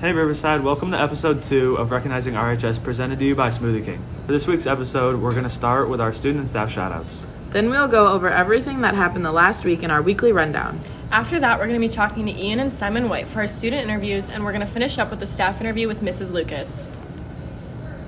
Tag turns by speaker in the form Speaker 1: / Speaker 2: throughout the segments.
Speaker 1: Hey Riverside, welcome to episode two of Recognizing RHS presented to you by Smoothie King. For this week's episode, we're going to start with our student and staff shoutouts.
Speaker 2: Then we'll go over everything that happened the last week in our weekly rundown.
Speaker 3: After that, we're going to be talking to Ian and Simon White for our student interviews, and we're going to finish up with the staff interview with Mrs. Lucas.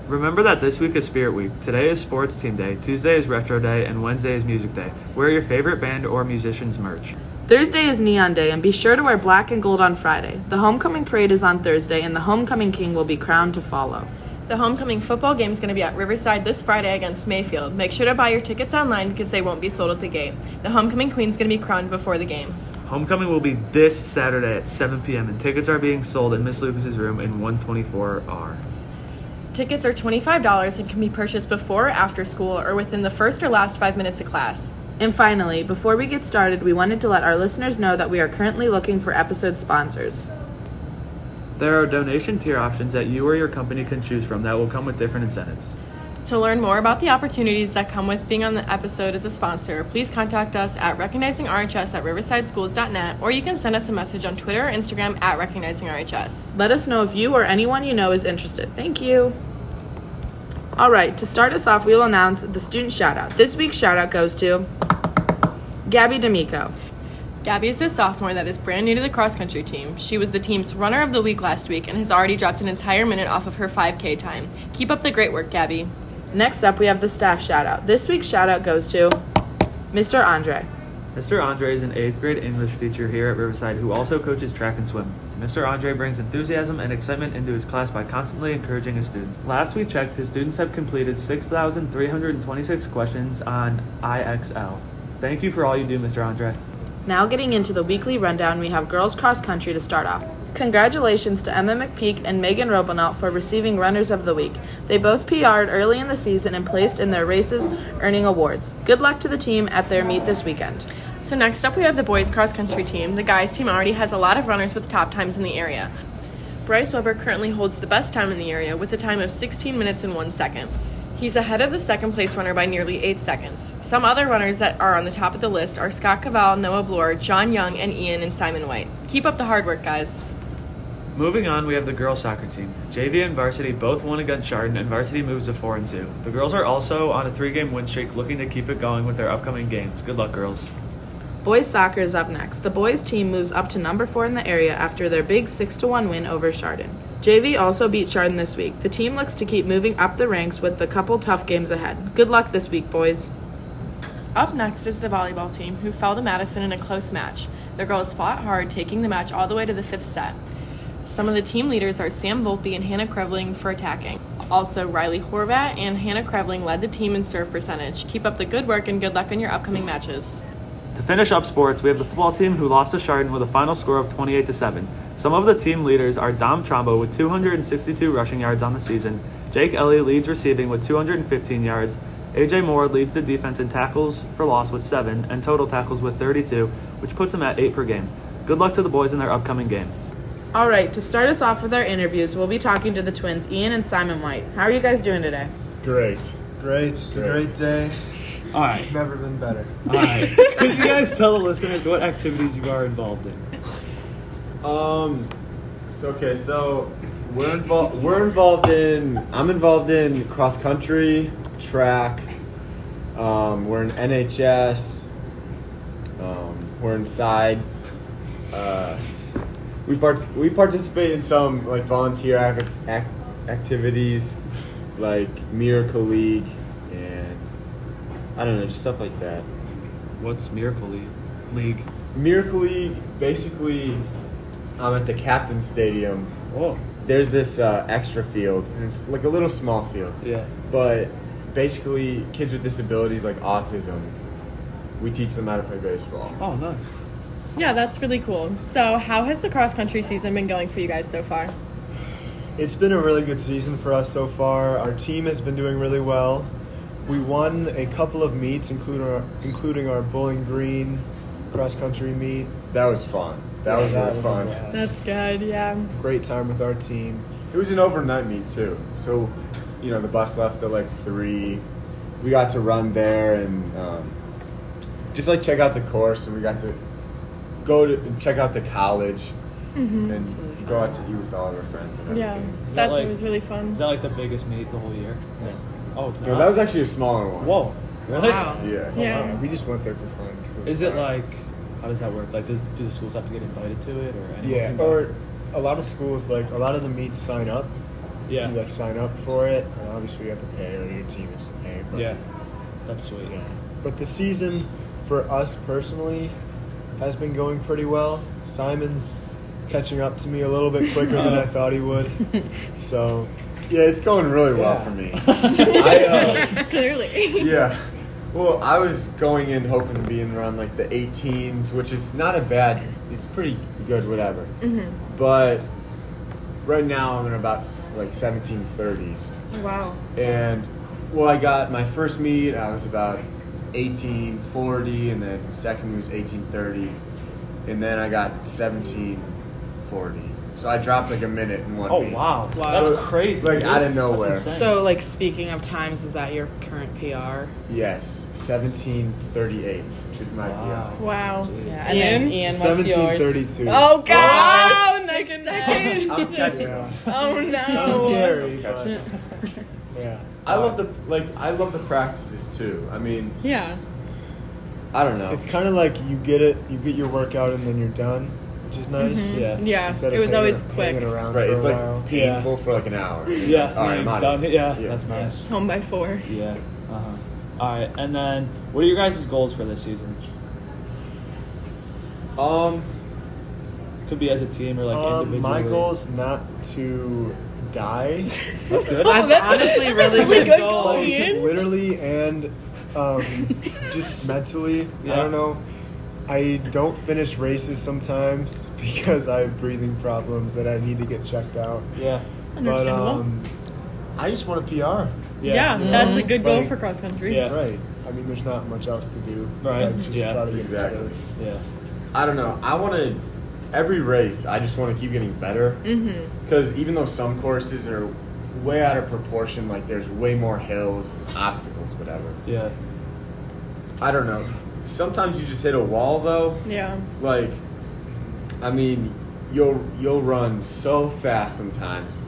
Speaker 1: Remember that this week is Spirit Week. Today is Sports Team Day, Tuesday is Retro Day, and Wednesday is Music Day. Wear your favorite band or musician's merch.
Speaker 2: Thursday is Neon Day, and be sure to wear black and gold on Friday. The homecoming parade is on Thursday, and the homecoming king will be crowned to follow.
Speaker 3: The homecoming football game is going to be at Riverside this Friday against Mayfield. Make sure to buy your tickets online because they won't be sold at the gate. The homecoming queen is going to be crowned before the game.
Speaker 1: Homecoming will be this Saturday at 7 p.m., and tickets are being sold in Miss Lucas's room in 124R.
Speaker 3: Tickets are $25 and can be purchased before or after school or within the first or last five minutes of class.
Speaker 2: And finally, before we get started, we wanted to let our listeners know that we are currently looking for episode sponsors.
Speaker 1: There are donation tier options that you or your company can choose from that will come with different incentives.
Speaker 3: To learn more about the opportunities that come with being on the episode as a sponsor, please contact us at recognizingrhs at riversideschools.net or you can send us a message on Twitter or Instagram at recognizingrhs.
Speaker 2: Let us know if you or anyone you know is interested. Thank you. All right, to start us off, we will announce the student shout out. This week's shout out goes to Gabby D'Amico.
Speaker 3: Gabby is a sophomore that is brand new to the cross country team. She was the team's runner of the week last week and has already dropped an entire minute off of her 5K time. Keep up the great work, Gabby.
Speaker 2: Next up, we have the staff shout out. This week's shout out goes to Mr. Andre.
Speaker 1: Mr. Andre is an eighth grade English teacher here at Riverside who also coaches track and swim. Mr. Andre brings enthusiasm and excitement into his class by constantly encouraging his students. Last we checked, his students have completed 6,326 questions on IXL. Thank you for all you do, Mr. Andre.
Speaker 2: Now, getting into the weekly rundown, we have girls cross country to start off. Congratulations to Emma McPeak and Megan Robinault for receiving Runners of the Week. They both PR'd early in the season and placed in their races, earning awards. Good luck to the team at their meet this weekend.
Speaker 3: So, next up, we have the boys cross country team. The guys team already has a lot of runners with top times in the area. Bryce Weber currently holds the best time in the area with a time of 16 minutes and 1 second. He's ahead of the second place runner by nearly 8 seconds. Some other runners that are on the top of the list are Scott Cavall, Noah Bloor, John Young, and Ian and Simon White. Keep up the hard work, guys.
Speaker 1: Moving on, we have the girls soccer team. JV and varsity both won against Chardon, and varsity moves to 4 and 2. The girls are also on a three game win streak looking to keep it going with their upcoming games. Good luck, girls.
Speaker 2: Boys soccer is up next. The boys team moves up to number four in the area after their big 6 to 1 win over Chardon. JV also beat Chardon this week. The team looks to keep moving up the ranks with a couple tough games ahead. Good luck this week, boys.
Speaker 3: Up next is the volleyball team, who fell to Madison in a close match. The girls fought hard, taking the match all the way to the fifth set. Some of the team leaders are Sam Volpe and Hannah Krevling for attacking. Also, Riley Horvat and Hannah Krevling led the team in serve percentage. Keep up the good work and good luck on your upcoming matches.
Speaker 1: To finish up sports, we have the football team who lost to Chardon with a final score of 28 to 7. Some of the team leaders are Dom Trombo with 262 rushing yards on the season, Jake Ellie leads receiving with 215 yards, AJ Moore leads the defense in tackles for loss with 7 and total tackles with 32, which puts him at 8 per game. Good luck to the boys in their upcoming game.
Speaker 2: All right, to start us off with our interviews, we'll be talking to the twins, Ian and Simon White. How are you guys doing today?
Speaker 4: Great.
Speaker 5: Great. It's a
Speaker 4: Great.
Speaker 5: great day.
Speaker 4: All right.
Speaker 5: Never been better.
Speaker 4: All right. Could you guys tell the listeners what activities you are involved in?
Speaker 5: Um. So okay, so we're involved. We're involved in. I'm involved in cross country, track. Um, we're in NHS. Um, we're inside. Uh, we part- we participate in some like volunteer ac- ac- activities, like Miracle League, and I don't know, just stuff like that.
Speaker 1: What's Miracle League?
Speaker 5: Miracle League, basically, I'm at the captain stadium.
Speaker 1: Oh,
Speaker 5: There's this uh, extra field, and it's like a little small field.
Speaker 1: yeah.
Speaker 5: But basically, kids with disabilities like autism, we teach them how to play baseball.
Speaker 1: Oh, nice.
Speaker 3: Yeah, that's really cool. So, how has the cross country season been going for you guys so far?
Speaker 6: It's been a really good season for us so far. Our team has been doing really well. We won a couple of meets, including our, including our Bowling Green cross country meet.
Speaker 5: That was fun. That was really
Speaker 6: a
Speaker 5: fun.
Speaker 6: blast.
Speaker 3: That's good, yeah.
Speaker 6: great time with our team.
Speaker 5: It was an overnight meet too. So, you know, the bus left at like three. We got to run there and um, just like check out the course, and we got to go to and check out the college. and go out to eat with all of our friends. And
Speaker 3: Yeah,
Speaker 5: everything.
Speaker 1: Is that
Speaker 3: that's
Speaker 1: like-
Speaker 3: it was really fun.
Speaker 1: Is that like the biggest meet the whole year? Yeah. Oh, it's not.
Speaker 5: No, that was actually a smaller one.
Speaker 1: Whoa. Really?
Speaker 2: Wow.
Speaker 5: Yeah.
Speaker 3: yeah.
Speaker 7: we just went there for fun. 'cause was
Speaker 1: Is it
Speaker 7: fun.
Speaker 1: like? How does that work? Like, does, do the schools have to get invited to it or anything?
Speaker 7: Yeah, or a lot of schools like a lot of the meets sign up.
Speaker 1: yeah,
Speaker 7: You like sign up for it, and obviously you have to pay, or your team has to pay. But,
Speaker 1: yeah. That's sweet.
Speaker 7: yeah. But the season for us personally has been going pretty well. Simon's catching up to me a little bit quicker than I thought he would. So
Speaker 5: Yeah, it's going really well
Speaker 7: Yeah.
Speaker 5: for me. I, uh,
Speaker 3: Clearly.
Speaker 5: yeah. Well, I was going in hoping to be in around like the 18s, which is not a bad. It's pretty good, whatever.
Speaker 3: Mm-hmm.
Speaker 5: But right now I'm in about s- like 1730s,
Speaker 3: Wow.
Speaker 5: and well, I got my first meet. I was about 1840, and then second meet was 1830, and then I got 1740. So I dropped like a minute in one.
Speaker 1: Oh
Speaker 5: meet.
Speaker 1: wow.
Speaker 2: Wow.
Speaker 1: That's
Speaker 5: So,
Speaker 1: crazy.
Speaker 5: like, out of
Speaker 1: dude. That's
Speaker 5: nowhere.
Speaker 1: insane.
Speaker 2: So, like, speaking of times, is that your current PR?
Speaker 5: Yes, 1738 is my
Speaker 1: Wow.
Speaker 3: Wow.
Speaker 1: Jeez.
Speaker 2: Yeah, and then
Speaker 3: Ian?
Speaker 2: Ian, what's yours?
Speaker 7: 1732.
Speaker 3: Oh
Speaker 5: gosh!
Speaker 3: gosh! Second seconds.
Speaker 5: I'm catching
Speaker 7: Yeah.
Speaker 5: up.
Speaker 3: Oh
Speaker 7: Kinda
Speaker 3: no.
Speaker 7: scary.
Speaker 5: Catch
Speaker 7: but-
Speaker 5: up.
Speaker 7: yeah.
Speaker 5: I love the like. I love the practices too. I mean,
Speaker 3: Yeah.
Speaker 5: I don't know.
Speaker 7: It's kind of like you get it, you get your workout, and then you're done, which is nice.
Speaker 1: Yeah.
Speaker 3: Mm-hmm. Yeah.
Speaker 7: Instead of
Speaker 3: it was
Speaker 7: hanging-
Speaker 3: always quick.
Speaker 7: Hanging around
Speaker 5: right.
Speaker 7: for
Speaker 5: It's
Speaker 7: a
Speaker 5: like
Speaker 7: while.
Speaker 5: painful for like an hour.
Speaker 1: Yeah.
Speaker 5: All right,
Speaker 1: it's
Speaker 5: I'm out
Speaker 1: done.
Speaker 5: of here.
Speaker 1: Yeah,
Speaker 5: Yeah.
Speaker 1: That's nice.
Speaker 3: Home by four.
Speaker 1: Yeah. Uh huh. All right. And then, what are your guys' goals for this season?
Speaker 5: Um.
Speaker 1: Could be as a team or like individually.
Speaker 7: um, my goal is not to die,
Speaker 1: Oh, That's good.
Speaker 2: That's,
Speaker 3: that's a-
Speaker 2: honestly
Speaker 3: that's a
Speaker 2: really,
Speaker 3: really
Speaker 2: good,
Speaker 3: good
Speaker 2: goal.
Speaker 3: goal.
Speaker 7: like
Speaker 3: Ian?
Speaker 7: literally and um, just mentally. I
Speaker 1: Yeah.
Speaker 7: don't know. I don't finish races sometimes because I have breathing problems that I need to get checked out.
Speaker 1: Yeah.
Speaker 7: But
Speaker 3: Understandable.
Speaker 7: um, I just want a PR.
Speaker 3: yeah.
Speaker 1: Yeah.
Speaker 3: That's a good goal
Speaker 7: Like-
Speaker 3: for cross country.
Speaker 1: Mm-hmm. Yeah.
Speaker 7: Right. I mean, there's not much else to do.
Speaker 1: Right.
Speaker 7: besides Just
Speaker 1: Yeah.
Speaker 7: try to get
Speaker 5: Exactly.
Speaker 7: better.
Speaker 1: Yeah.
Speaker 5: I don't know. I want to. Every race, I just want to keep getting better.
Speaker 3: Mm-hmm.
Speaker 5: Because even though some courses are way out of proportion, like there's way more hills, obstacles, whatever.
Speaker 1: Yeah.
Speaker 5: I don't know. Sometimes you just hit a wall though.
Speaker 3: Yeah.
Speaker 5: Like, I mean, you'll you'll run so fast sometimes,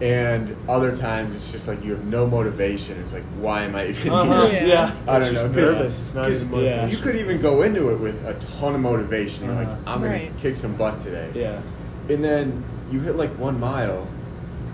Speaker 5: and other times it's just like you have no motivation. It's like, why am I even?
Speaker 1: Uh-huh.
Speaker 5: Here?
Speaker 3: Yeah.
Speaker 1: yeah.
Speaker 5: I
Speaker 7: It's
Speaker 5: don't
Speaker 7: just
Speaker 5: know. 'cause-
Speaker 7: nervous. It's not
Speaker 5: 'cause
Speaker 7: even
Speaker 1: motivation.
Speaker 5: You could even go into it with a ton of motivation. You're
Speaker 1: Uh-huh.
Speaker 5: like, I'm gonna
Speaker 3: Right.
Speaker 5: kick some butt today.
Speaker 1: Yeah.
Speaker 5: And then you hit like one mile,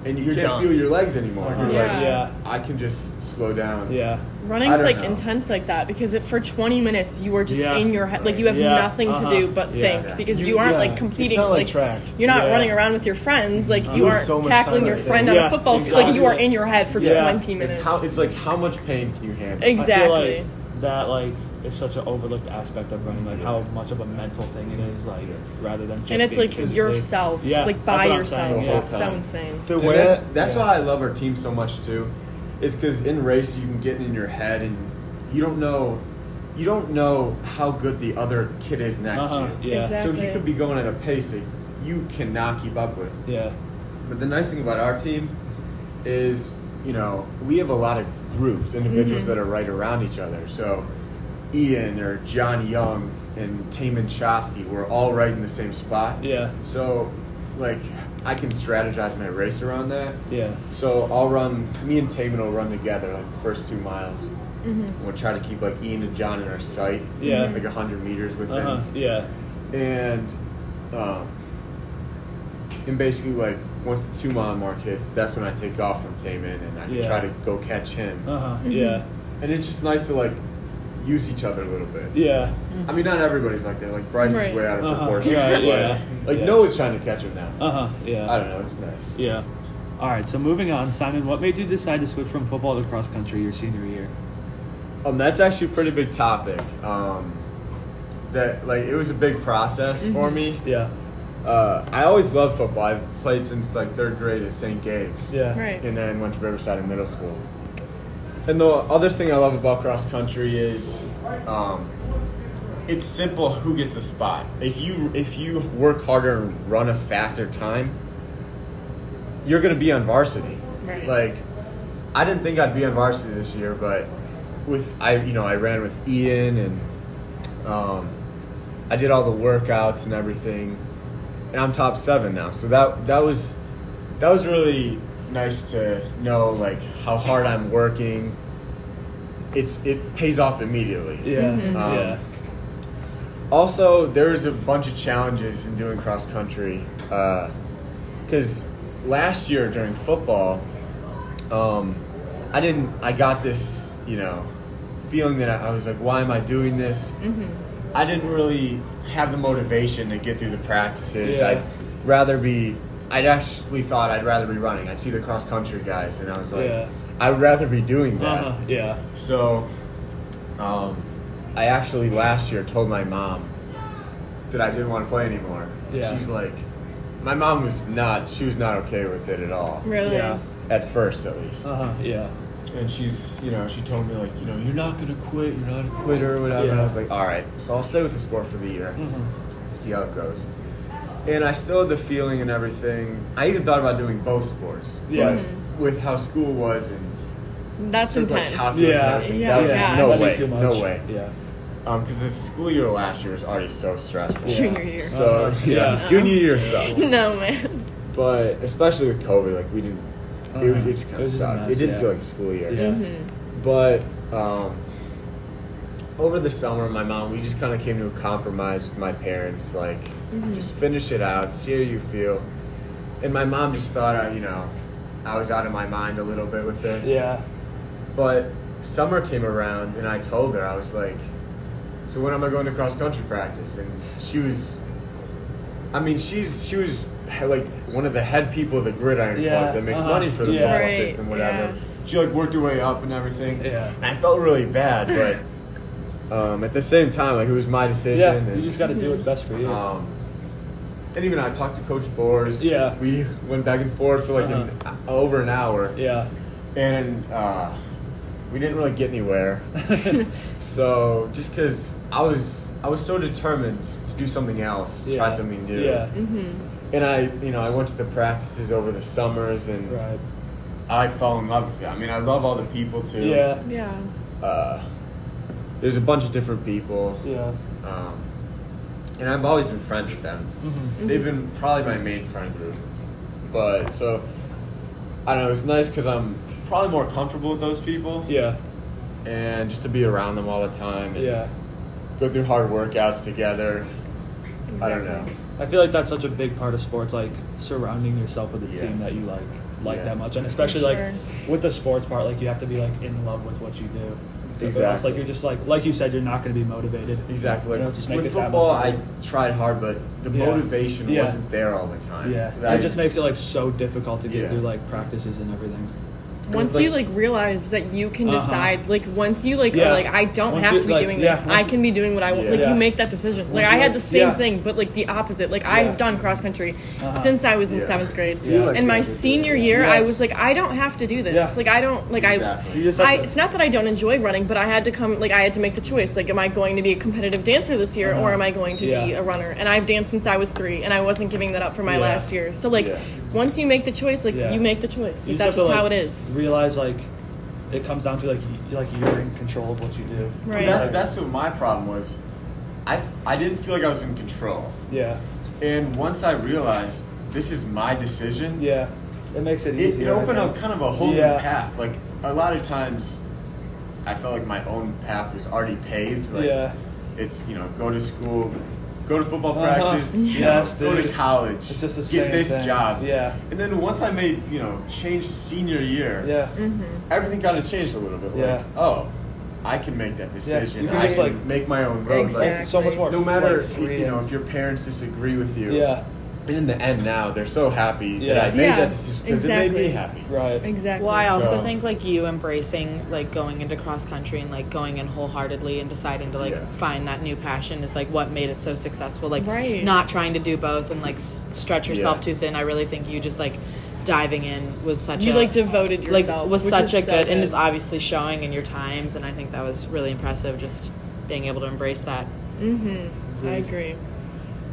Speaker 5: and you
Speaker 7: You're
Speaker 5: can't
Speaker 7: done.
Speaker 5: feel your legs anymore.
Speaker 1: Uh-huh.
Speaker 5: You're
Speaker 3: Yeah.
Speaker 1: Yeah.
Speaker 5: like, I can just slow down.
Speaker 1: Yeah.
Speaker 3: Running's
Speaker 5: don't
Speaker 3: like
Speaker 5: know.
Speaker 3: intense like that because it, for 20 minutes you are just
Speaker 1: Yeah.
Speaker 3: in your head, like you have
Speaker 1: Yeah.
Speaker 3: nothing
Speaker 1: Uh-huh.
Speaker 3: to do but
Speaker 1: Yeah.
Speaker 3: think
Speaker 5: Exactly.
Speaker 3: because you,
Speaker 7: You-
Speaker 3: aren't
Speaker 7: yeah.
Speaker 3: like
Speaker 7: It's
Speaker 3: competing.
Speaker 7: not like track.
Speaker 3: You're not
Speaker 1: Yeah.
Speaker 3: running around with your friends. Like
Speaker 7: You
Speaker 3: you aren't
Speaker 7: lose so much
Speaker 3: tackling
Speaker 7: time
Speaker 3: your
Speaker 7: right
Speaker 3: friend
Speaker 1: there.
Speaker 3: on
Speaker 1: Yeah,
Speaker 3: a football field. Like
Speaker 1: exactly.
Speaker 3: you are in your head for
Speaker 1: Yeah.
Speaker 3: 20 minutes.
Speaker 5: It's how it's like how much pain can you handle?
Speaker 3: Ex- Exactly.
Speaker 1: I feel like that like is such an overlooked aspect of running, like how much of a mental thing it is, like rather than just
Speaker 3: and it's
Speaker 1: being
Speaker 3: like
Speaker 1: physically-
Speaker 3: yourself,
Speaker 1: Yeah, that's
Speaker 3: like by
Speaker 1: what I'm
Speaker 3: yourself.
Speaker 1: saying,
Speaker 5: The whole
Speaker 3: It's so
Speaker 5: time.
Speaker 3: insane.
Speaker 7: The
Speaker 5: Dude,
Speaker 7: way
Speaker 5: that's that's
Speaker 7: yeah.
Speaker 5: why I love our team so much too, is because in race you can get in your head and you don't know, you don't know how good the other kid is next
Speaker 1: Uh-huh.
Speaker 5: to you.
Speaker 1: Yeah.
Speaker 3: Exactly.
Speaker 5: So he could be going at a pace that you cannot keep up with.
Speaker 1: Yeah.
Speaker 5: But the nice thing about our team is, you know, we have a lot of groups, individuals that are right around each other. So Ian or John Young and Taman Chosky were all right in the same spot.
Speaker 1: Yeah.
Speaker 5: So, like, I can strategize my race around that.
Speaker 1: Yeah.
Speaker 5: So I'll run. Me and Taman will run together like the first two miles. We'll try to keep like Ian and John in our sight.
Speaker 1: Yeah.
Speaker 5: Like hundred meters within
Speaker 1: Uh huh. Yeah.
Speaker 5: and um, and basically like once the two mile mark hits, that's when I take off from Taman and I can
Speaker 1: Yeah.
Speaker 5: try to go catch him.
Speaker 1: Uh huh.
Speaker 3: Mm-hmm.
Speaker 1: Yeah.
Speaker 5: And it's just nice to like use each other a little bit.
Speaker 1: Yeah.
Speaker 5: I mean, not everybody's like that. Like Bryce
Speaker 3: Right.
Speaker 5: is way out of
Speaker 1: Uh-huh.
Speaker 5: proportion.
Speaker 1: Right,
Speaker 5: but,
Speaker 1: yeah.
Speaker 5: Like
Speaker 1: Yeah.
Speaker 5: Noah's trying to catch him now.
Speaker 1: Uh huh. Yeah.
Speaker 5: I don't know. It's nice.
Speaker 1: Yeah. All right. So moving on, Simon, what made you decide to switch from football to cross country your senior year?
Speaker 5: Um, that's actually a pretty big topic. Um, that like it was a big process for me.
Speaker 1: Mm-hmm. Yeah.
Speaker 5: Uh, I always loved football. I've played since like third grade at St. Gabe's.
Speaker 1: Yeah.
Speaker 3: Right.
Speaker 5: and then went to Riverside in middle school. And the other thing I love about cross country is um, it's simple who gets the spot. If you if you work harder and run a faster time, you're going to be on varsity.
Speaker 3: Right.
Speaker 5: Like I didn't think I'd be on varsity this year, but with I you know, I ran with Ian and um, I did all the workouts and everything. and I'm top seven now. So that that was that was really nice to know like how hard I'm working. It's it pays off immediately.
Speaker 1: Yeah.
Speaker 3: Mm-hmm.
Speaker 5: Um,
Speaker 7: Yeah.
Speaker 5: Also, there's a bunch of challenges in doing cross country because last year during football, um, I didn't. I got this, you know, feeling that I, I was like, "Why am I doing this?"
Speaker 1: Mm-hmm.
Speaker 5: I didn't really have the motivation to get through the practices.
Speaker 1: Yeah.
Speaker 5: I'd rather be. I'd actually thought I'd rather be running. I'd see the cross country guys, and I was like,
Speaker 1: Yeah.
Speaker 5: "I'd rather be doing that."
Speaker 1: Uh-huh. Yeah.
Speaker 5: So, um, I actually last year told my mom that I didn't want to play anymore.
Speaker 1: Yeah.
Speaker 5: She's like, my mom was not. She was not okay with it at all.
Speaker 3: Really?
Speaker 1: Yeah.
Speaker 5: At first, at least.
Speaker 1: Uh-huh. Yeah.
Speaker 5: And she's, you know, she told me like, you know, you're not gonna quit. You're not a quitter or whatever. And
Speaker 1: Yeah.
Speaker 5: I was like, all right. So I'll stay with the sport for the year.
Speaker 1: Mhm.
Speaker 5: See how it goes. And I still had the feeling and everything. I even thought about doing both sports.
Speaker 1: Yeah.
Speaker 5: But with how school was and
Speaker 3: That's
Speaker 5: Took, like,
Speaker 3: intense.
Speaker 5: half-
Speaker 1: Yeah.
Speaker 5: That
Speaker 3: Yeah.
Speaker 1: was-
Speaker 3: Yeah.
Speaker 5: No
Speaker 1: that'd be
Speaker 5: way.
Speaker 1: Too much.
Speaker 5: No way.
Speaker 1: Yeah.
Speaker 5: because the um, school year last year was already so stressful.
Speaker 3: Junior year.
Speaker 5: So
Speaker 1: Uh-huh.
Speaker 5: yeah,
Speaker 1: Yeah.
Speaker 5: junior year sucks.
Speaker 3: no man.
Speaker 5: But especially with COVID, like we didn't. It was it just
Speaker 1: It
Speaker 5: kind of
Speaker 1: was just a
Speaker 5: sucked.
Speaker 1: mess,
Speaker 5: It didn't
Speaker 1: yeah.
Speaker 5: feel like a school year.
Speaker 1: Yeah.
Speaker 3: Mm-hmm.
Speaker 5: But um, over the summer, my mom we just kind of came to a compromise with my parents, like just finish it out, see how you feel. And my mom just thought, I, you know, I was out of my mind a little bit with it.
Speaker 1: Yeah.
Speaker 5: But summer came around, and I told her I was like, "So when am I going to cross country practice?" And she was, I mean, she's she was he- like one of the head people of the gridiron
Speaker 1: Yeah,
Speaker 5: clubs that makes
Speaker 1: uh-huh,
Speaker 5: money for the
Speaker 1: yeah.
Speaker 5: football
Speaker 3: Right,
Speaker 5: system, whatever.
Speaker 3: yeah.
Speaker 5: She like worked her way up and everything.
Speaker 1: Yeah.
Speaker 5: And I felt really bad, but um, at the same time, like it was my decision.
Speaker 1: Yeah. You
Speaker 5: and,
Speaker 1: just got to do what's best for you.
Speaker 5: um, and even I talked to Coach Boers.
Speaker 1: Yeah.
Speaker 5: We went back and forth for like
Speaker 1: Uh-huh.
Speaker 5: an, over an hour
Speaker 1: yeah.
Speaker 5: and uh, we didn't really get anywhere. so just because I was I was so determined to do something else,
Speaker 1: Yeah.
Speaker 5: try something new.
Speaker 1: Yeah.
Speaker 3: Mm-hmm.
Speaker 5: And I, you know, I went to the practices over the summers, and
Speaker 1: Right.
Speaker 5: I fell in love with it. I mean, I love all the people too.
Speaker 1: Yeah.
Speaker 3: Yeah.
Speaker 5: Uh, there's a bunch of different people,
Speaker 1: Yeah.
Speaker 5: um, and I've always been friends with them.
Speaker 1: Mm-hmm.
Speaker 5: They've been probably my main friend group, but so I don't know. It's nice because I'm probably more comfortable with those people.
Speaker 1: Yeah.
Speaker 5: and just to be around them all the time and
Speaker 1: Yeah.
Speaker 5: go through hard workouts together. I don't know.
Speaker 1: I feel like that's such a big part of sports, like surrounding yourself with a
Speaker 5: Yeah.
Speaker 1: team that you like, like
Speaker 5: Yeah.
Speaker 1: that much, and especially
Speaker 3: Sure.
Speaker 1: like with the sports part, like you have to be like in love with what you do. 'Cause or else,
Speaker 5: Exactly.
Speaker 1: like you're just like, like you said, you're not going to be motivated.
Speaker 5: Exactly.
Speaker 1: You know, just make
Speaker 5: With
Speaker 1: it that much
Speaker 5: football, I
Speaker 1: harder.
Speaker 5: tried hard, but the
Speaker 1: Yeah.
Speaker 5: motivation
Speaker 1: Yeah.
Speaker 5: wasn't there all the time.
Speaker 1: Yeah,
Speaker 5: I-
Speaker 1: it just makes it like so difficult to get
Speaker 5: Yeah.
Speaker 1: through like practices and everything.
Speaker 3: Once
Speaker 5: like-
Speaker 3: you like realize that you can
Speaker 1: Uh-huh.
Speaker 3: decide, like once you like
Speaker 1: Yeah.
Speaker 3: are like I don't
Speaker 1: Once
Speaker 3: have
Speaker 1: you-
Speaker 3: to be
Speaker 1: like,
Speaker 3: doing
Speaker 1: yeah,
Speaker 3: this,
Speaker 1: once
Speaker 3: I
Speaker 1: you-
Speaker 3: can be doing what I want.
Speaker 5: Yeah.
Speaker 3: Like
Speaker 1: Yeah.
Speaker 3: you make that decision. like
Speaker 1: Once
Speaker 3: I
Speaker 1: you,
Speaker 3: had
Speaker 1: like-
Speaker 3: the same
Speaker 1: yeah.
Speaker 3: thing, but like the opposite. Like I
Speaker 1: Yeah.
Speaker 3: have done cross country
Speaker 1: Uh-huh.
Speaker 3: since I was in
Speaker 5: Yeah.
Speaker 3: seventh grade.
Speaker 7: You like
Speaker 3: in my
Speaker 7: cross country,
Speaker 3: senior
Speaker 7: yeah.
Speaker 3: year, I
Speaker 1: Yes.
Speaker 3: was like I don't have to do this.
Speaker 1: Yeah.
Speaker 3: Like I don't like
Speaker 5: Exactly.
Speaker 1: You
Speaker 3: I.
Speaker 1: just have
Speaker 3: I,
Speaker 1: to-
Speaker 3: it's not that I don't enjoy running, but I had to come. Like I had to make the choice. Like, am I going to be a competitive dancer this year, or am I going to be
Speaker 1: Uh-huh. Yeah.
Speaker 3: a runner? And I've danced since I was three, and I wasn't giving that up for my
Speaker 1: Yeah.
Speaker 3: last year. So, like,
Speaker 5: Yeah.
Speaker 3: once you make the choice, like
Speaker 1: Yeah.
Speaker 3: you make the choice.
Speaker 1: You
Speaker 3: Like,
Speaker 1: have
Speaker 3: that's just
Speaker 1: to,
Speaker 3: how
Speaker 1: like,
Speaker 3: it is.
Speaker 1: Realize like it comes down to like y- like you're in control of what you do.
Speaker 3: Right.
Speaker 5: That's, that's what my problem was. I, f- I didn't feel like I was in control.
Speaker 1: Yeah,
Speaker 5: And once I realized this is my decision,
Speaker 1: yeah. It makes it
Speaker 5: it,
Speaker 1: easier.
Speaker 5: it
Speaker 1: I
Speaker 5: opened up
Speaker 1: think.
Speaker 5: kind of a whole
Speaker 1: Yeah.
Speaker 5: new path. Like, a lot of times, I felt like my own path was already paved. Like,
Speaker 1: yeah.
Speaker 5: it's you know go to school, go to football
Speaker 1: Uh-huh.
Speaker 5: practice, you
Speaker 1: Yes,
Speaker 5: know, go to
Speaker 1: dude.
Speaker 5: college,
Speaker 1: It's just the
Speaker 5: get
Speaker 1: same
Speaker 5: this
Speaker 1: thing.
Speaker 5: job.
Speaker 1: Yeah.
Speaker 5: And then once I made you know change senior year,
Speaker 1: Yeah.
Speaker 5: everything kind of changed a little bit.
Speaker 1: Yeah.
Speaker 5: Like oh, I can make that decision.
Speaker 1: you can
Speaker 5: I
Speaker 1: just,
Speaker 5: can
Speaker 1: like-
Speaker 5: make my own road.
Speaker 3: Exactly.
Speaker 1: So much more.
Speaker 5: Like, no matter
Speaker 1: like,
Speaker 5: if,
Speaker 1: free
Speaker 5: you know
Speaker 1: and-
Speaker 5: if your parents disagree with you.
Speaker 1: Yeah.
Speaker 5: And in the end, now they're so happy
Speaker 1: Yeah.
Speaker 5: that I made
Speaker 3: Yeah,
Speaker 5: that decision because it made
Speaker 3: exactly.
Speaker 5: me happy.
Speaker 1: Right.
Speaker 3: Exactly.
Speaker 2: Well, I also
Speaker 5: So-
Speaker 2: think like you embracing like going into cross country and like going in wholeheartedly and deciding to like
Speaker 5: Yeah.
Speaker 2: find that new passion is like what made it so successful. Like
Speaker 3: Right.
Speaker 2: not trying to do both and like s- stretch yourself
Speaker 5: Yeah.
Speaker 2: too thin. I really think you just like diving in was such a
Speaker 3: You like devoted
Speaker 2: like
Speaker 3: yourself.
Speaker 2: was
Speaker 3: which
Speaker 2: such
Speaker 3: is
Speaker 2: a
Speaker 3: so
Speaker 2: good, and it's obviously showing in your times and I think that was really impressive just being able to embrace that.
Speaker 3: I agree.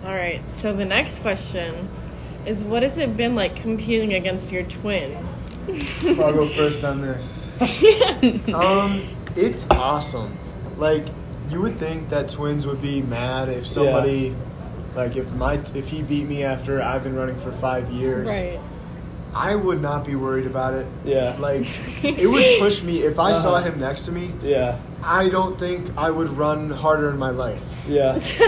Speaker 3: All right. So the next question is, what has it been like competing against your twin?
Speaker 7: I'll go first on this. um, it's awesome. Like you would think that twins would be mad if somebody Like if my if he beat me after I've been running for five years, I would not be worried about it.
Speaker 1: Yeah.
Speaker 7: Like it would push me if I saw
Speaker 1: Uh-huh.
Speaker 7: him next to me.
Speaker 1: Yeah.
Speaker 7: I don't think I would run harder in my life.
Speaker 1: Yeah.
Speaker 3: That's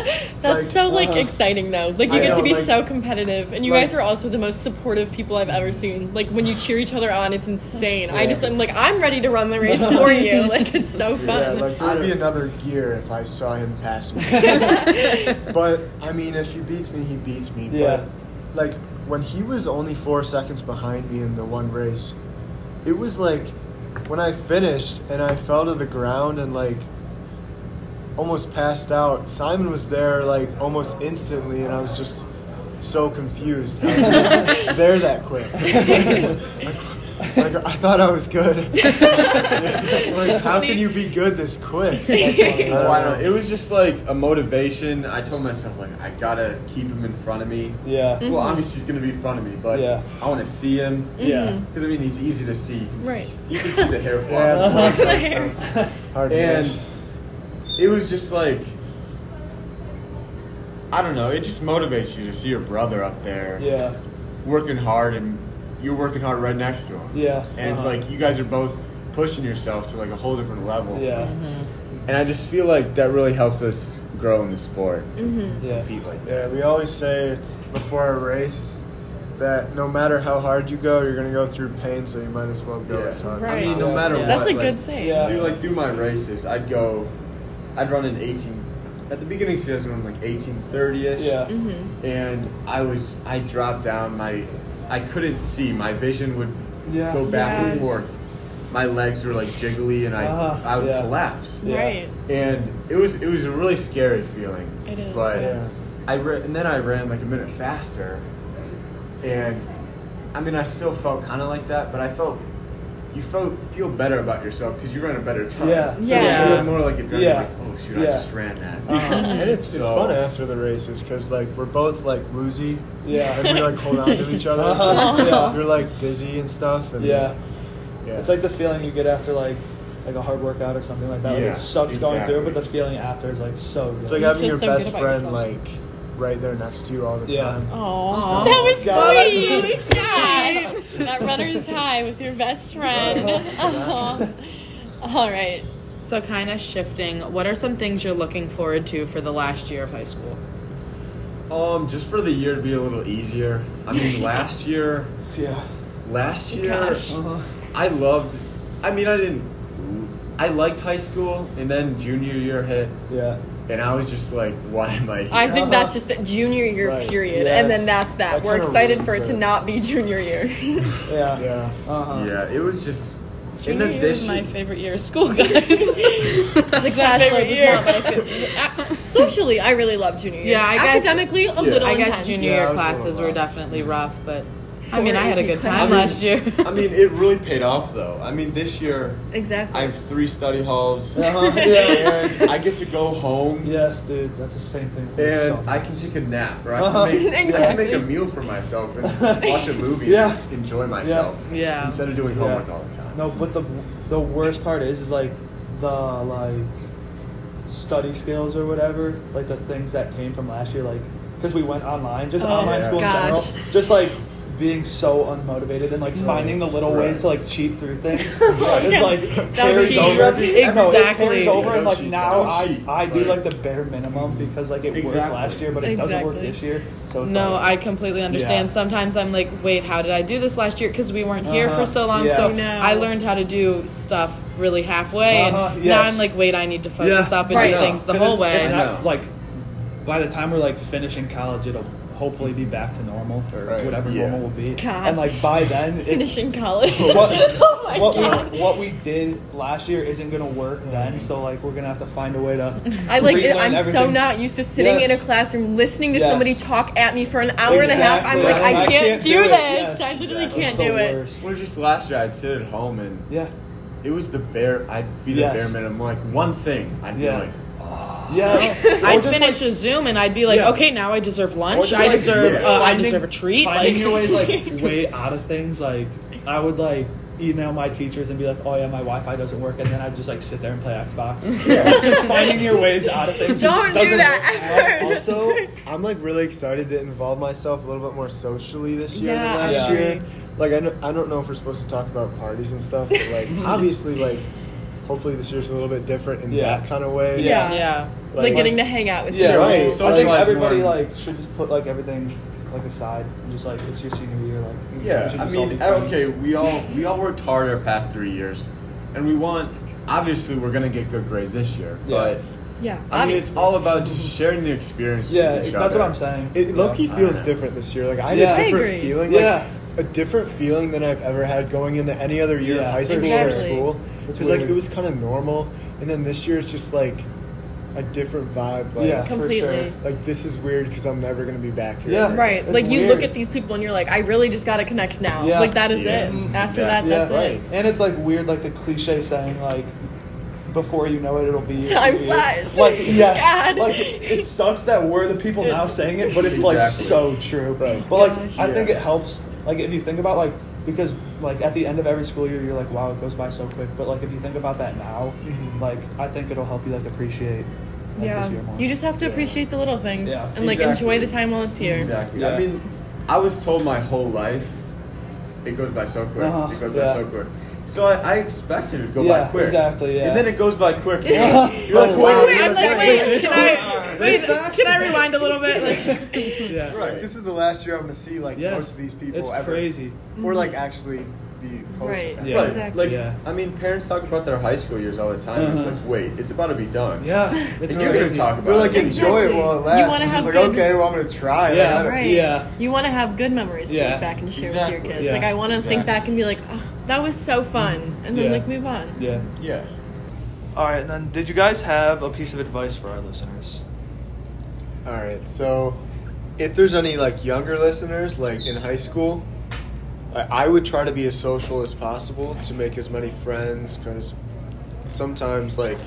Speaker 7: Like,
Speaker 3: so like
Speaker 7: uh-huh.
Speaker 3: exciting though. Like you
Speaker 7: I
Speaker 3: get to
Speaker 7: know,
Speaker 3: be
Speaker 7: like-
Speaker 3: so competitive, and you
Speaker 7: like-
Speaker 3: guys are also the most supportive people I've ever seen. Like when you cheer each other on, it's insane. I just I'm like I'm ready to run the race for you. Like it's so
Speaker 7: Yeah,
Speaker 3: fun.
Speaker 7: like there would be another gear if I saw him passing. but I mean, if he beats me, he beats me.
Speaker 1: Yeah.
Speaker 7: But, like when he was only four seconds behind me in the one race, it was like when I finished and I fell to the ground and like almost passed out. Simon was there like almost instantly, and I was just so confused. How he was there that quick. like, like, I thought I was good. like, how can you be good this quick?
Speaker 5: I don't
Speaker 1: Um,
Speaker 5: know. It was just like a motivation. I told myself like I gotta keep him in front of me.
Speaker 1: Yeah.
Speaker 3: Mm-hmm.
Speaker 5: Well, obviously he's gonna be in front of me, but
Speaker 1: Yeah.
Speaker 5: I want to see him
Speaker 1: Yeah.
Speaker 5: because I mean he's easy to see. You can s-
Speaker 3: Mm. Right.
Speaker 5: you can see the hair fly.
Speaker 7: Yeah. Hard to
Speaker 5: and
Speaker 7: miss.
Speaker 5: it was just like I don't know. It just motivates you to see your brother up there
Speaker 1: Yeah.
Speaker 3: Mm-hmm.
Speaker 5: working hard, and you're working hard right next to him.
Speaker 1: Yeah. Uh-huh.
Speaker 5: And it's like you guys are both pushing yourself to like a whole different level.
Speaker 1: Yeah.
Speaker 3: Mm-hmm.
Speaker 5: And I just feel like that really helps us grow in the sport.
Speaker 3: Mm.
Speaker 1: Yeah.
Speaker 5: Compete like that.
Speaker 7: Yeah, we always say it's before a race that no matter how hard you go, you're gonna go through pain, so you might as well go
Speaker 5: Yeah.
Speaker 7: as hard.
Speaker 5: I
Speaker 3: Right.
Speaker 5: mean, no matter
Speaker 1: Yeah.
Speaker 5: what.
Speaker 3: That's a
Speaker 5: like,
Speaker 3: good saying.
Speaker 1: Yeah.
Speaker 5: Through like through my races, I'd go, I'd run an 18. At the beginning of the season, I'm like 1830 ish.
Speaker 1: Yeah.
Speaker 3: Mm-hmm.
Speaker 5: And I was, I dropped down. My, I couldn't see. My vision would
Speaker 1: Yeah.
Speaker 5: go back
Speaker 3: Yes.
Speaker 5: and forth. My legs were like jiggly, and I,
Speaker 1: Uh-huh.
Speaker 5: I would
Speaker 1: Yeah.
Speaker 5: collapse.
Speaker 1: Yeah.
Speaker 3: Right.
Speaker 5: And it was, it was a really scary feeling.
Speaker 3: It is,
Speaker 5: But
Speaker 7: Yeah.
Speaker 5: I ra- and then I ran like a minute faster, and I mean I still felt kind of like that, but I felt you felt feel better about yourself because you ran a better time.
Speaker 1: Yeah.
Speaker 5: so
Speaker 3: Yeah.
Speaker 5: you feel more like adrenaline.
Speaker 1: Yeah.
Speaker 5: Like, oh shoot, I
Speaker 1: Yeah.
Speaker 5: just ran that.
Speaker 3: Um,
Speaker 7: And it's, it's
Speaker 5: So-
Speaker 7: fun after the races because like we're both like woozy,
Speaker 1: Yeah.
Speaker 7: and we like hold on to each other.
Speaker 1: Uh-huh. Yeah.
Speaker 7: You're like dizzy and stuff, and
Speaker 1: Yeah.
Speaker 7: yeah.
Speaker 1: It's like the feeling you get after like like a hard workout or something like that. like
Speaker 5: Yeah,
Speaker 1: it sucks going
Speaker 5: exactly.
Speaker 1: through, but the feeling after is like so good.
Speaker 7: It's like
Speaker 3: You
Speaker 7: having
Speaker 3: feel
Speaker 7: your
Speaker 3: so
Speaker 7: best
Speaker 3: good about
Speaker 7: friend
Speaker 3: yourself.
Speaker 7: like right there next to you all the
Speaker 1: Yeah.
Speaker 7: time.
Speaker 3: Aw,
Speaker 7: Oh
Speaker 3: that was
Speaker 1: God, that's
Speaker 3: sweet. Gosh. that runner's high with your best friend.
Speaker 7: Uh-huh.
Speaker 3: Aw. All right.
Speaker 2: So, kind of shifting, what are some things you're looking forward to for the last year of high school?
Speaker 5: Um, just for the year to be a little easier. I mean, last year,
Speaker 1: yeah.
Speaker 5: last year,
Speaker 3: Oh, Gosh.
Speaker 1: Uh-huh.
Speaker 5: I loved. I mean, I didn't. I liked high school, and then junior year hit,
Speaker 1: Yeah.
Speaker 5: and I was just like, why am I? Here?
Speaker 3: I think that's just a junior year
Speaker 7: Uh-huh. Right.
Speaker 3: period,
Speaker 1: Yes.
Speaker 3: and then that's that.
Speaker 7: That
Speaker 3: We're
Speaker 7: kinda
Speaker 3: excited for it
Speaker 7: ruins
Speaker 3: to
Speaker 7: it.
Speaker 3: not be junior year.
Speaker 1: Yeah.
Speaker 7: Yeah.
Speaker 1: Uh huh.
Speaker 5: yeah, it was just. and
Speaker 2: Junior
Speaker 5: then
Speaker 2: year
Speaker 5: this
Speaker 2: was my
Speaker 5: year-
Speaker 2: favorite year of school, guys. the class
Speaker 3: favorite year. Uh, Socially, I really love junior year.
Speaker 2: Yeah, I guess-
Speaker 3: academically a little
Speaker 2: I
Speaker 3: intense.
Speaker 2: guess junior
Speaker 7: Yeah,
Speaker 2: year
Speaker 7: it was a little
Speaker 2: classes were
Speaker 7: rough.
Speaker 2: definitely rough, but I
Speaker 3: For
Speaker 2: mean, I had a good
Speaker 3: AP
Speaker 2: time
Speaker 3: class. I mean-
Speaker 2: last year.
Speaker 5: I mean, it really paid off though. I mean, this year
Speaker 3: Exactly.
Speaker 5: I have three study halls.
Speaker 1: Uh-huh. Yeah.
Speaker 5: and I get to go home.
Speaker 1: Yes, dude. That's the same thing. It's so
Speaker 5: And I can
Speaker 1: nice.
Speaker 5: take a nap, or I can,
Speaker 1: Uh-huh.
Speaker 5: make, I can
Speaker 3: Exactly.
Speaker 5: make a meal for myself and watch a movie
Speaker 1: Yeah.
Speaker 5: and enjoy myself
Speaker 2: yeah.
Speaker 5: instead of doing
Speaker 1: Yeah.
Speaker 5: homework all the time.
Speaker 1: No, but the the worst part is is like the like study skills or whatever, like the things that came from last year, like because we went online, just
Speaker 3: Oh,
Speaker 1: online
Speaker 5: yeah.
Speaker 1: school in
Speaker 3: gosh.
Speaker 1: general, just like being so unmotivated and like finding the little
Speaker 5: Right.
Speaker 1: ways to like cheat through things. It's like carries
Speaker 2: cheat.
Speaker 1: over. No, it
Speaker 2: Exactly.
Speaker 1: carries over and
Speaker 5: Don't
Speaker 1: like
Speaker 5: cheat.
Speaker 1: now
Speaker 5: Don't
Speaker 1: I,
Speaker 5: cheat.
Speaker 1: I do
Speaker 5: Right.
Speaker 1: like the bare minimum because like it worked
Speaker 5: Exactly.
Speaker 1: last year, but it doesn't work
Speaker 3: Exactly.
Speaker 1: this year. So it's
Speaker 2: No, I
Speaker 1: like,
Speaker 2: completely understand.
Speaker 1: Yeah.
Speaker 2: Sometimes I'm like, wait, how did I do this last year? Because we weren't here
Speaker 1: Uh-huh.
Speaker 2: for so long.
Speaker 1: Yeah.
Speaker 2: So
Speaker 3: No.
Speaker 2: I learned how to do stuff really halfway.
Speaker 1: Uh-huh,
Speaker 2: And now
Speaker 1: yes.
Speaker 2: I'm like, wait, I need to focus
Speaker 1: Yeah.
Speaker 2: up and
Speaker 3: Right.
Speaker 2: do things the
Speaker 1: 'Cause it's-
Speaker 2: whole way.
Speaker 1: It's
Speaker 5: I
Speaker 1: not,
Speaker 5: know.
Speaker 1: like by the time we're like finishing college, it'll hopefully be back to normal or
Speaker 5: Right.
Speaker 1: whatever
Speaker 5: Yeah.
Speaker 1: normal will be.
Speaker 3: God.
Speaker 1: And like by then, it,
Speaker 3: Finishing college.
Speaker 1: what,
Speaker 3: oh my
Speaker 1: what
Speaker 3: god.
Speaker 1: we what we did last year isn't gonna work then. So like we're gonna have to find a way to.
Speaker 3: I like it.
Speaker 1: relearn
Speaker 3: I'm so
Speaker 1: everything.
Speaker 3: not used to sitting in a
Speaker 1: Yes.
Speaker 3: classroom listening to
Speaker 1: Yes.
Speaker 3: somebody talk at me for an hour and a half. I'm
Speaker 1: Exactly.
Speaker 3: like, I can't, do,
Speaker 1: it.
Speaker 3: this.
Speaker 1: Yes,
Speaker 3: I literally
Speaker 1: exactly.
Speaker 3: can't
Speaker 1: It's the
Speaker 3: do it.
Speaker 1: worst.
Speaker 5: Well, just last year I'd sit at home and
Speaker 1: Yeah.
Speaker 5: it was the bare. I'd be the
Speaker 1: Yes.
Speaker 5: bare minimum. Like one thing, I'd
Speaker 1: Yeah.
Speaker 5: be like, ah.
Speaker 1: Yeah.
Speaker 2: I'd finish a Zoom and I'd be like,
Speaker 1: Yeah.
Speaker 2: okay, now I deserve lunch.
Speaker 1: just,
Speaker 2: I
Speaker 1: like,
Speaker 2: deserve
Speaker 5: yeah.
Speaker 2: uh, I
Speaker 1: finding-
Speaker 2: deserve a treat.
Speaker 1: Finding
Speaker 2: Like,
Speaker 1: new ways like way out of things. Like I would like email my teachers and be like, oh yeah, my Wi-Fi doesn't work, and then I'd just like sit there and play Xbox.
Speaker 7: Yeah.
Speaker 1: just finding your ways out of things. just
Speaker 3: Don't do
Speaker 1: doesn't
Speaker 3: that
Speaker 1: work.
Speaker 3: ever.
Speaker 7: also, I'm like really excited to involve myself a little bit more socially this year
Speaker 3: Yeah,
Speaker 7: than last
Speaker 1: I
Speaker 7: year. Like I, kn- I don't know if we're supposed to talk about parties and stuff, but like obviously like hopefully this year's a little bit different in
Speaker 1: Yeah.
Speaker 7: that kind of way.
Speaker 3: Yeah.
Speaker 2: Yeah.
Speaker 3: Like, getting to hang out with
Speaker 1: Yeah,
Speaker 3: people.
Speaker 7: right.
Speaker 1: right. I
Speaker 5: Socialize
Speaker 1: think
Speaker 5: more
Speaker 1: everybody
Speaker 5: and-
Speaker 1: like should just put like everything like aside and just like it's your senior year. Like we
Speaker 5: Yeah,
Speaker 1: should
Speaker 5: I
Speaker 1: just all be
Speaker 5: mean,
Speaker 1: friends.
Speaker 5: okay, we all we all worked hard our past three years, and we want. Obviously, we're gonna get good grades this year,
Speaker 1: Yeah.
Speaker 5: but
Speaker 3: Yeah.
Speaker 5: I mean, it's
Speaker 3: obviously.
Speaker 5: all about just sharing the experience.
Speaker 1: Yeah,
Speaker 5: with each
Speaker 1: it- that's
Speaker 5: other.
Speaker 1: what I'm saying.
Speaker 7: It low key
Speaker 5: Yeah.
Speaker 7: feels
Speaker 5: Alright.
Speaker 7: different this year. Like I had
Speaker 1: Yeah. I
Speaker 7: a
Speaker 3: agree.
Speaker 7: different feeling. Like,
Speaker 1: Yeah.
Speaker 7: A different feeling than I've ever had going into any other year
Speaker 1: Yeah,
Speaker 7: of high
Speaker 1: for
Speaker 7: school or
Speaker 3: sure.
Speaker 7: school.
Speaker 1: It's
Speaker 7: Because like
Speaker 1: weird.
Speaker 7: it was kind of normal, and then this year it's just like a different vibe. Like,
Speaker 1: yeah,
Speaker 3: Completely.
Speaker 1: For sure.
Speaker 7: like this is weird because I'm never gonna be back here.
Speaker 1: Yeah.
Speaker 3: Right.
Speaker 1: It's
Speaker 3: like you look
Speaker 1: weird.
Speaker 3: at these people and you're like, I really just gotta connect now.
Speaker 1: Yeah.
Speaker 3: Like that is
Speaker 5: Yeah.
Speaker 3: it. After
Speaker 5: Yeah.
Speaker 3: that,
Speaker 1: Yeah,
Speaker 3: that's
Speaker 1: right.
Speaker 3: it.
Speaker 1: And it's like weird, like the cliche saying, like, before you know it, it'll be
Speaker 3: Time
Speaker 1: it'll be-
Speaker 3: flies.
Speaker 1: Like, yeah,
Speaker 3: God.
Speaker 1: like it sucks that we're the people now saying it, but it's like
Speaker 5: Exactly.
Speaker 1: so true.
Speaker 7: Right.
Speaker 1: But like,
Speaker 3: Gosh.
Speaker 1: I think
Speaker 7: Yeah.
Speaker 1: it helps. Like, if you think about like because like at the end of every school year, you're like, wow, it goes by so quick. But like, if you think about that now, like, I think it'll help you like appreciate. Like, This year
Speaker 3: Mm-hmm. Yeah.
Speaker 1: more.
Speaker 3: You just have to appreciate the little things
Speaker 1: Yeah.
Speaker 3: and like
Speaker 5: Exactly.
Speaker 3: enjoy the time while it's here.
Speaker 5: Exactly.
Speaker 1: Yeah.
Speaker 5: I mean, I was told my whole life it goes by so quick.
Speaker 1: Uh-huh,
Speaker 5: It goes
Speaker 1: yeah.
Speaker 5: by so quick. So I, I expected it to go
Speaker 1: Yeah,
Speaker 5: by quick.
Speaker 1: exactly, yeah.
Speaker 5: And then it goes by quick. You're
Speaker 1: Yeah.
Speaker 5: like, you're like,
Speaker 7: Oh,
Speaker 5: wait,
Speaker 7: wow.
Speaker 5: wait,
Speaker 2: I was like, wait, can I wait,
Speaker 1: This
Speaker 2: can I rewind a little bit? Like
Speaker 1: yeah,
Speaker 7: Right. This is the last year I'm gonna see like
Speaker 1: Yeah.
Speaker 7: most of these people
Speaker 1: It's
Speaker 7: ever.
Speaker 1: crazy.
Speaker 7: Or like actually be close.
Speaker 3: Right.
Speaker 7: With them.
Speaker 1: Yeah.
Speaker 5: Right.
Speaker 3: Exactly.
Speaker 5: Like,
Speaker 1: Yeah.
Speaker 5: I mean, parents talk about their high school years all the time. It's
Speaker 1: Uh-huh.
Speaker 5: like, wait, it's about to be done.
Speaker 1: Yeah, it's
Speaker 5: And you're gonna
Speaker 1: crazy.
Speaker 5: talk about
Speaker 7: We're like
Speaker 5: it.
Speaker 7: enjoy it
Speaker 3: Exactly.
Speaker 7: while it
Speaker 3: You
Speaker 7: lasts.
Speaker 3: wanna
Speaker 7: It's just
Speaker 3: have
Speaker 7: like
Speaker 3: good-
Speaker 7: okay, well I'm gonna try.
Speaker 1: Yeah.
Speaker 7: Like, I don't-
Speaker 3: Right.
Speaker 1: Yeah.
Speaker 3: You want to have good memories to
Speaker 1: Yeah.
Speaker 3: look back and share with
Speaker 5: Exactly.
Speaker 3: your kids.
Speaker 1: Yeah.
Speaker 3: Like I want to think
Speaker 5: Exactly.
Speaker 3: back and be like, oh, that was so fun, and then
Speaker 1: Yeah.
Speaker 3: like move on.
Speaker 1: Yeah.
Speaker 5: Yeah.
Speaker 1: All right, and then did you guys have a piece of advice for our listeners?
Speaker 7: All right. So, if there's any like younger listeners, like in high school, I, I would try to be as social as possible to make as many friends because sometimes like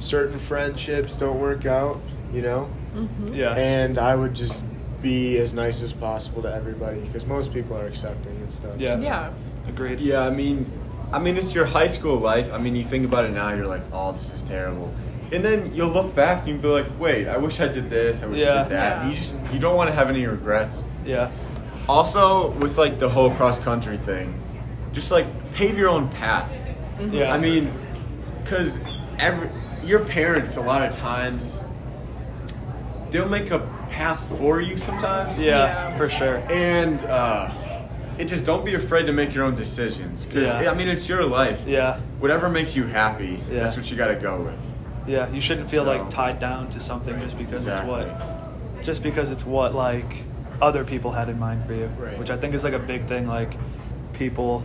Speaker 7: certain friendships don't work out, you know.
Speaker 3: Mm-hmm.
Speaker 1: Yeah.
Speaker 7: And I would just be as nice as possible to everybody because most people are accepting and stuff.
Speaker 1: Yeah.
Speaker 3: Yeah.
Speaker 1: Agreed.
Speaker 5: Yeah, I mean, I mean, it's your high school life. I mean, you think about it now, you're like, oh, this is terrible. And then you'll look back and you'll be like, wait, I wish I did this. I wish
Speaker 1: Yeah.
Speaker 5: I did that.
Speaker 3: Yeah.
Speaker 5: And you just you don't want to have any regrets.
Speaker 1: Yeah.
Speaker 5: Also, with like the whole cross country thing, just like pave your own path.
Speaker 1: Yeah.
Speaker 5: I mean, because every your parents a lot of times they'll make a path for you sometimes.
Speaker 1: yeah,
Speaker 3: Yeah.
Speaker 1: for sure.
Speaker 5: And uh, it just don't be afraid to make your own decisions. Because
Speaker 1: Yeah.
Speaker 5: I mean, it's your life.
Speaker 1: Yeah.
Speaker 5: Whatever makes you happy,
Speaker 1: Yeah.
Speaker 5: that's what you got to go with.
Speaker 1: Yeah. You shouldn't feel like
Speaker 5: So-
Speaker 1: tied down to something just because
Speaker 5: Exactly.
Speaker 1: it's what just because it's what like other people had in mind for you.
Speaker 5: Right.
Speaker 1: Which I think is like a big thing, like people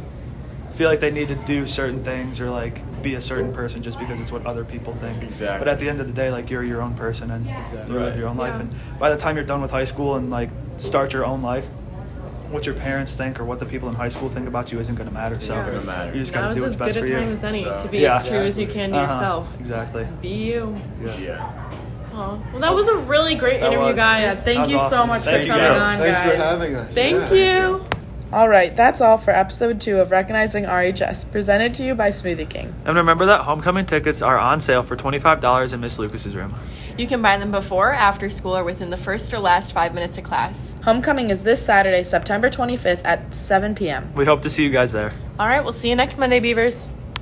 Speaker 1: feel like they need to do certain things or like be a certain person just because it's what other people think.
Speaker 5: Exactly.
Speaker 1: But at the end of the day, like you're your own person and you live
Speaker 5: Right.
Speaker 1: your own life.
Speaker 3: Yeah.
Speaker 1: And by the time you're done with high school and like start your own life, what your parents think or what the people in high school think about you isn't going to matter. So
Speaker 3: It's not
Speaker 5: gonna matter.
Speaker 1: you just got
Speaker 3: Now
Speaker 1: to
Speaker 3: is
Speaker 1: do what's
Speaker 3: as good
Speaker 1: best
Speaker 3: a
Speaker 1: for
Speaker 3: time
Speaker 1: you.
Speaker 3: as any
Speaker 5: So-
Speaker 3: to be
Speaker 1: Yeah.
Speaker 3: as true as you can to
Speaker 1: Uh-huh.
Speaker 3: yourself. Just
Speaker 1: Exactly.
Speaker 3: be you.
Speaker 1: Yeah.
Speaker 5: Yeah.
Speaker 3: Aw. Well, that was a really great
Speaker 1: That
Speaker 3: interview,
Speaker 1: was.
Speaker 2: yeah,
Speaker 3: guys.
Speaker 2: thank
Speaker 1: That was
Speaker 2: you so
Speaker 1: awesome.
Speaker 2: much
Speaker 1: Thank
Speaker 2: for
Speaker 1: you
Speaker 2: coming
Speaker 1: guys.
Speaker 2: on,
Speaker 7: Thanks
Speaker 2: guys.
Speaker 7: for having us.
Speaker 3: Thank
Speaker 7: Yeah.
Speaker 3: you.
Speaker 2: All right, that's all for episode two of Recognizing RHS, presented to you by Smoothie King.
Speaker 8: And remember that homecoming tickets are on sale for $25 in Miss Lucas's room.
Speaker 3: You can buy them before, after school, or within the first or last five minutes of class.
Speaker 2: Homecoming is this Saturday, September 25th at 7 p.m.
Speaker 8: We hope to see you guys there.
Speaker 3: All right, we'll see you next Monday, Beavers.